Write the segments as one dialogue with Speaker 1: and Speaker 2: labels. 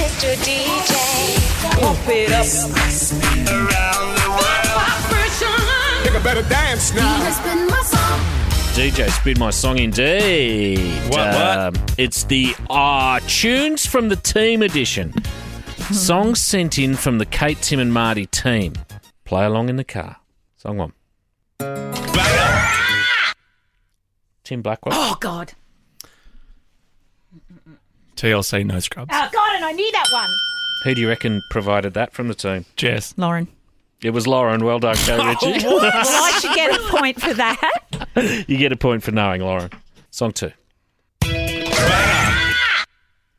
Speaker 1: Mr. DJ. Pump it up.
Speaker 2: Around the world. Nigga better dance now.
Speaker 3: DJ Spin My Song indeed. Um,
Speaker 4: What, what?
Speaker 3: it's the uh, Tunes from the Team edition. Songs sent in from the Kate, Tim and Marty team. Play along in the car. Song one.
Speaker 4: Bam.
Speaker 3: Tim Blackwell.
Speaker 5: Oh God!
Speaker 4: TLC, no scrubs.
Speaker 5: Oh God! And I knew that one.
Speaker 3: Who do you reckon provided that from the team?
Speaker 4: Jess.
Speaker 5: Lauren.
Speaker 3: It was Lauren. Well done,
Speaker 4: Oh,
Speaker 3: Kate Ritchie.
Speaker 5: Well, I should get a point for that.
Speaker 3: You get a point for knowing, Lauren. Song two.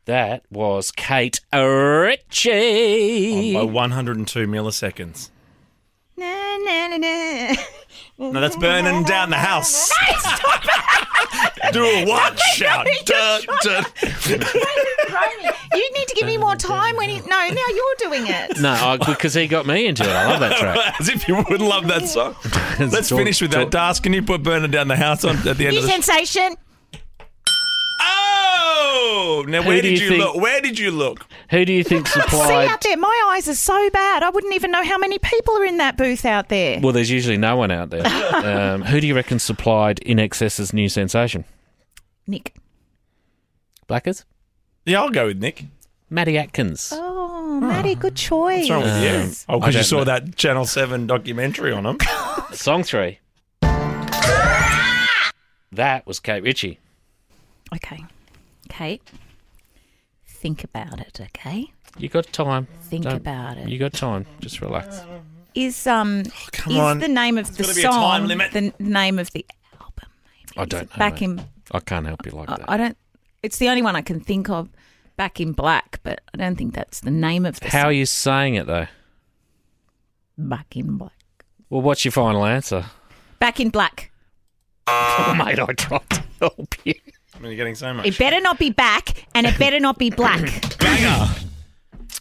Speaker 3: That was Kate Ritchie.
Speaker 4: On by 102 milliseconds.
Speaker 5: Na, na, na, na.
Speaker 4: No, that's burning down the house. Do a what shout. Duh, duh.
Speaker 5: You need to give me more time when he. No, now you're doing it.
Speaker 3: no, I- because he got me into it. I love that track.
Speaker 4: As if you wouldn't love that song. Let's
Speaker 3: Talk-
Speaker 4: finish with that.
Speaker 3: talk-
Speaker 4: Das, can you put Burning Down the House on at the end
Speaker 5: New
Speaker 4: of the
Speaker 5: sensation.
Speaker 4: Oh! Now, where
Speaker 3: do
Speaker 4: did
Speaker 3: you
Speaker 4: you
Speaker 3: think-
Speaker 4: look? Where did you look?
Speaker 3: Who do you think
Speaker 5: See
Speaker 3: supplied?
Speaker 5: out there, my eyes are so bad. I wouldn't even know how many people are in that booth out there.
Speaker 3: Well, there's usually no one out there. Um, who do you reckon supplied In Excess's new sensation?
Speaker 5: Nick.
Speaker 3: Blackers?
Speaker 4: Yeah, I'll go with Nick.
Speaker 3: Maddie Atkins.
Speaker 5: Oh, Maddie, good choice.
Speaker 4: What's wrong with
Speaker 3: Um,
Speaker 4: you? Oh,
Speaker 3: I
Speaker 4: because you
Speaker 3: don't
Speaker 4: saw
Speaker 3: know.
Speaker 4: that Channel 7 documentary on him.
Speaker 3: Song three. That was Kate Ritchie.
Speaker 5: Okay, Kate. Think about it. Okay.
Speaker 3: You got time.
Speaker 5: Think
Speaker 3: Don't-
Speaker 5: about it.
Speaker 3: You got time. Just relax.
Speaker 5: Is um
Speaker 4: come
Speaker 5: is
Speaker 4: on.
Speaker 5: the name of the
Speaker 4: gotta be a
Speaker 5: song
Speaker 4: time limit.
Speaker 5: the n- name of the album? Maybe?
Speaker 3: I
Speaker 5: Is
Speaker 3: don't
Speaker 5: it
Speaker 3: know,
Speaker 5: Back
Speaker 3: mate.
Speaker 5: in
Speaker 3: I can't help you like
Speaker 5: I,
Speaker 3: that.
Speaker 5: I don't. It's the only one I can think of. Back in black, but I don't think that's the name of the
Speaker 3: How
Speaker 5: song.
Speaker 3: are you saying it though?
Speaker 5: Back in black.
Speaker 3: Well, what's your final answer?
Speaker 5: Back in black.
Speaker 3: Oh, mate, I tried to help you.
Speaker 4: I mean, you're getting so much.
Speaker 5: It better not be back, and it better not be black.
Speaker 4: Banger.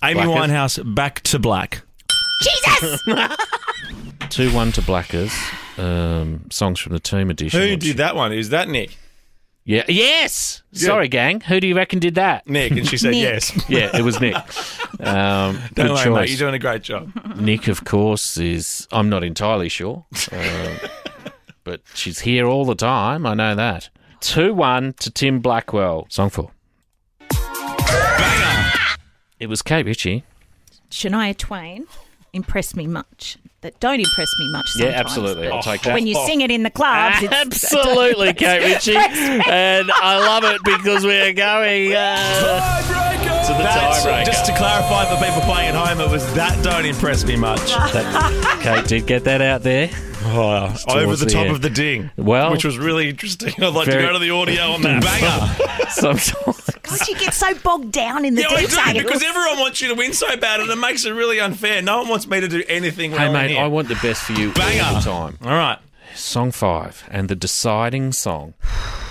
Speaker 4: Amy
Speaker 3: Blackers.
Speaker 4: Winehouse, Back to Black.
Speaker 5: Jesus.
Speaker 3: Two one to Blackers. Um, songs from the Tomb edition.
Speaker 4: Who
Speaker 3: which-
Speaker 4: did that one? Is that Nick?
Speaker 3: Yeah. Yes. Sorry, gang. Who do you reckon did that?
Speaker 4: Nick. And she said
Speaker 5: Nick.
Speaker 4: yes.
Speaker 3: Yeah, it was Nick. Um,
Speaker 4: Don't
Speaker 3: good
Speaker 4: worry, mate.
Speaker 3: choice.
Speaker 4: You're doing a great job.
Speaker 3: Nick, of course, is. I'm not entirely sure, um, but she's here all the time. I know that. Two one to Tim Blackwell. Song four. It was Kate Ritchie.
Speaker 5: Shania Twain impressed me much. That don't impress me much. Sometimes,
Speaker 3: yeah, absolutely.
Speaker 5: but
Speaker 3: I'll take that.
Speaker 5: When you sing it in the clubs, it's,
Speaker 3: Absolutely, Kate Ritchie. And I love it because we're going. Uh,
Speaker 4: To the
Speaker 3: tiebreaker.
Speaker 4: Just to clarify for people playing at home, it was that don't impress me much.
Speaker 3: Kate did get that out there.
Speaker 4: Oh, over
Speaker 3: towards
Speaker 4: the
Speaker 3: the
Speaker 4: top
Speaker 3: end.
Speaker 4: of the ding.
Speaker 3: Well-
Speaker 4: which was really interesting. I'd like
Speaker 3: Very-
Speaker 4: to go to the audio on that. Banger.
Speaker 3: Sometimes.
Speaker 5: God, you get so bogged down in the
Speaker 4: yeah,
Speaker 5: details.
Speaker 4: I do because everyone wants you to win so bad, and it makes it really unfair. No one wants me to do anything. When
Speaker 3: Hey,
Speaker 4: I'm
Speaker 3: mate,
Speaker 4: here.
Speaker 3: I want the best for you all
Speaker 4: Banger.
Speaker 3: the time.
Speaker 4: All right.
Speaker 3: Song five and the deciding song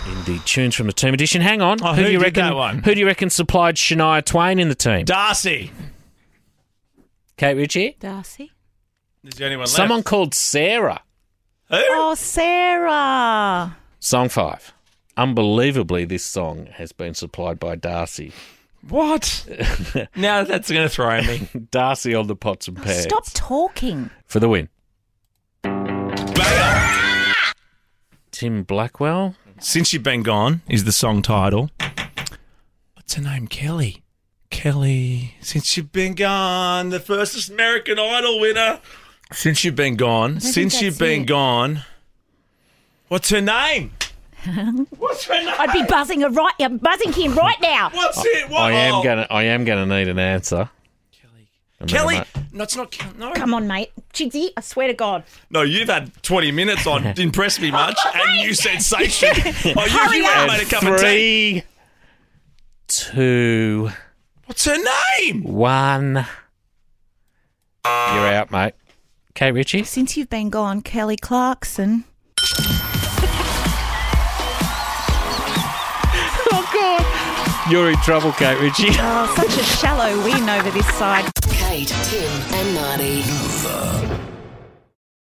Speaker 3: in the Tunes from the Team edition. Hang on.
Speaker 4: Oh, who
Speaker 3: do you
Speaker 4: did
Speaker 3: reckon?
Speaker 4: that one?
Speaker 3: Who do you reckon supplied Shania Twain in the team?
Speaker 4: Darcy
Speaker 3: Kate Ritchie?
Speaker 5: Darcy.
Speaker 4: is the only one
Speaker 3: Someone
Speaker 4: left.
Speaker 3: called Sarah.
Speaker 4: Who?
Speaker 5: Oh, Sarah.
Speaker 3: Song five. Unbelievably, this song has been supplied by Darcy.
Speaker 4: What? now that's going to throw me.
Speaker 3: Darcy on the pots and pans.
Speaker 5: Stop talking.
Speaker 3: For the win.
Speaker 4: Banger.
Speaker 3: Tim Blackwell.
Speaker 4: Since you've been gone is the song title. What's her name? Kelly. Kelly. Since you've been gone, the first American Idol winner. Since you've been gone. Since
Speaker 5: think
Speaker 4: you've
Speaker 5: that's
Speaker 4: been
Speaker 5: it.
Speaker 4: gone. What's her name? What's her name?
Speaker 5: I'd be buzzing a right. I'm buzzing him right now.
Speaker 4: What's it? What?
Speaker 3: I am
Speaker 4: oh.
Speaker 3: gonna. I am gonna need an answer. Kelly.
Speaker 4: Kelly. No, it's not Kelly. No.
Speaker 5: Come on, mate, Chigsy. I swear to God.
Speaker 4: No, you've had 20 minutes on Didn't Impress Me Much, and you said sensation. Oh, you, you haven't made a cup of tea.
Speaker 3: Three, two,
Speaker 4: What's her name?
Speaker 3: one. You're out, mate. Kate Ritchie.
Speaker 5: Since you've been gone, Kelly Clarkson.
Speaker 3: Oh God. You're in trouble, Kate Ritchie.
Speaker 5: Oh, such a shallow win over this side.
Speaker 6: Kate, Tim, and Marty.